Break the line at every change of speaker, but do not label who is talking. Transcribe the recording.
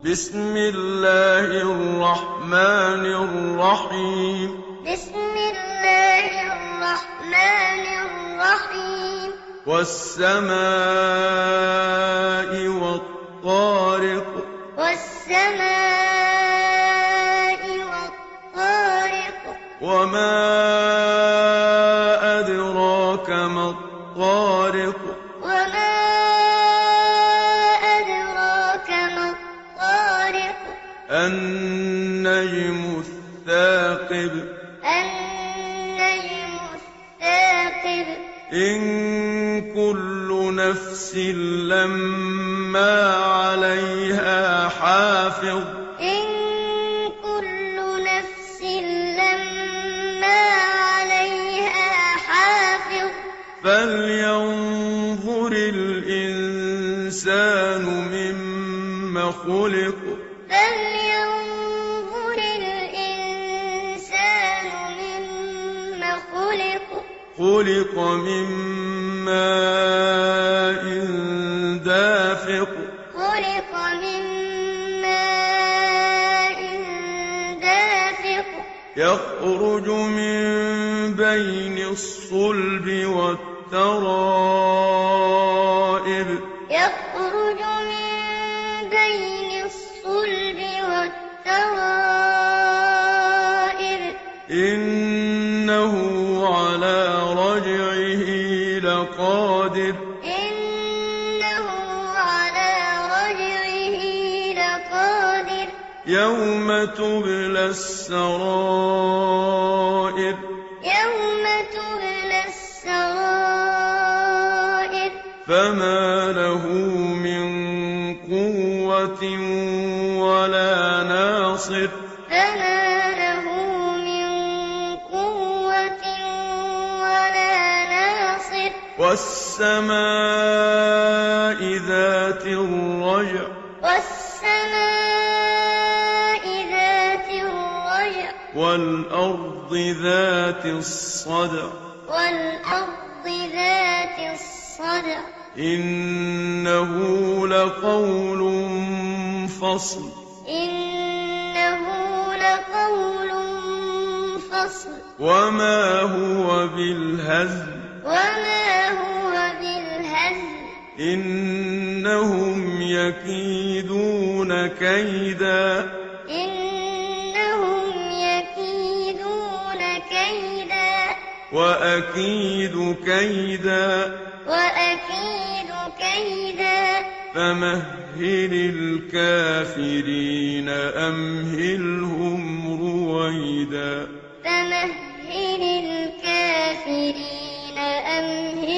بِسْمِ اللَّهِ الرَّحْمَٰنِ الرَّحِيمِ
بسم الله الرحمن الرحيم
وَالسَّمَاءِ وَالطَّارِقِ
والسماء والطارق
وَمَا أَدْرَاكَ مَا الطَّارِقُ
وما أدراك ما الطارق
النَّجْمُ الثَّاقِبُ
النجم الثاقب
إِن كُلُّ نَفْسٍ لَّمَّا عَلَيْهَا حَافِظٌ
إن كل نفس لما عليها حافظ
فَلْيَنظُرِ الْإِنسَانُ مِمَّ خُلِقَ
فلينظر الإنسان مما خلق
خُلِقَ مِن مَّاءٍ دَافِقٍ
خلق من ماء دافق
يَخْرُجُ مِن بَيْنِ الصُّلْبِ وَالتَّرَائِبِ
يخرج من بين الصلب والترائب
إِنَّهُ عَلَىٰ رَجْعِهِ لَقَادِرٌ
إنه على رجعه لقادر
يَوْمَ تُبْلَى السَّرَائِرُ
يوم تبلى السرائر
فَمَا لَهُ مِن قُوَّةٍ وَلَا نَاصِرٍ
فما له من قوة ولا ناصر
وَالسَّمَاءِ ذَاتِ الرَّجْعِ
والسماء ذات الرجع
وَالْأَرْضِ ذَاتِ الصَّدْعِ
والأرض ذات الصدع
إِنَّهُ لَقَوْلٌ فَصْلٌ
إنه لقول فصل
وَمَا هُوَ بِالْهَزْلِ
وما هو بالهزل
إِنَّهُمْ يَكِيدُونَ كَيْدًا
إنهم يكيدون كيدا
وَأَكِيدُ كَيْدًا
وأكيد كيدا
فَمَهِّلِ الْكَافِرِينَ أَمْهِلْهُمْ رُوَيْدًا
فمهل الكافرين أمهلهم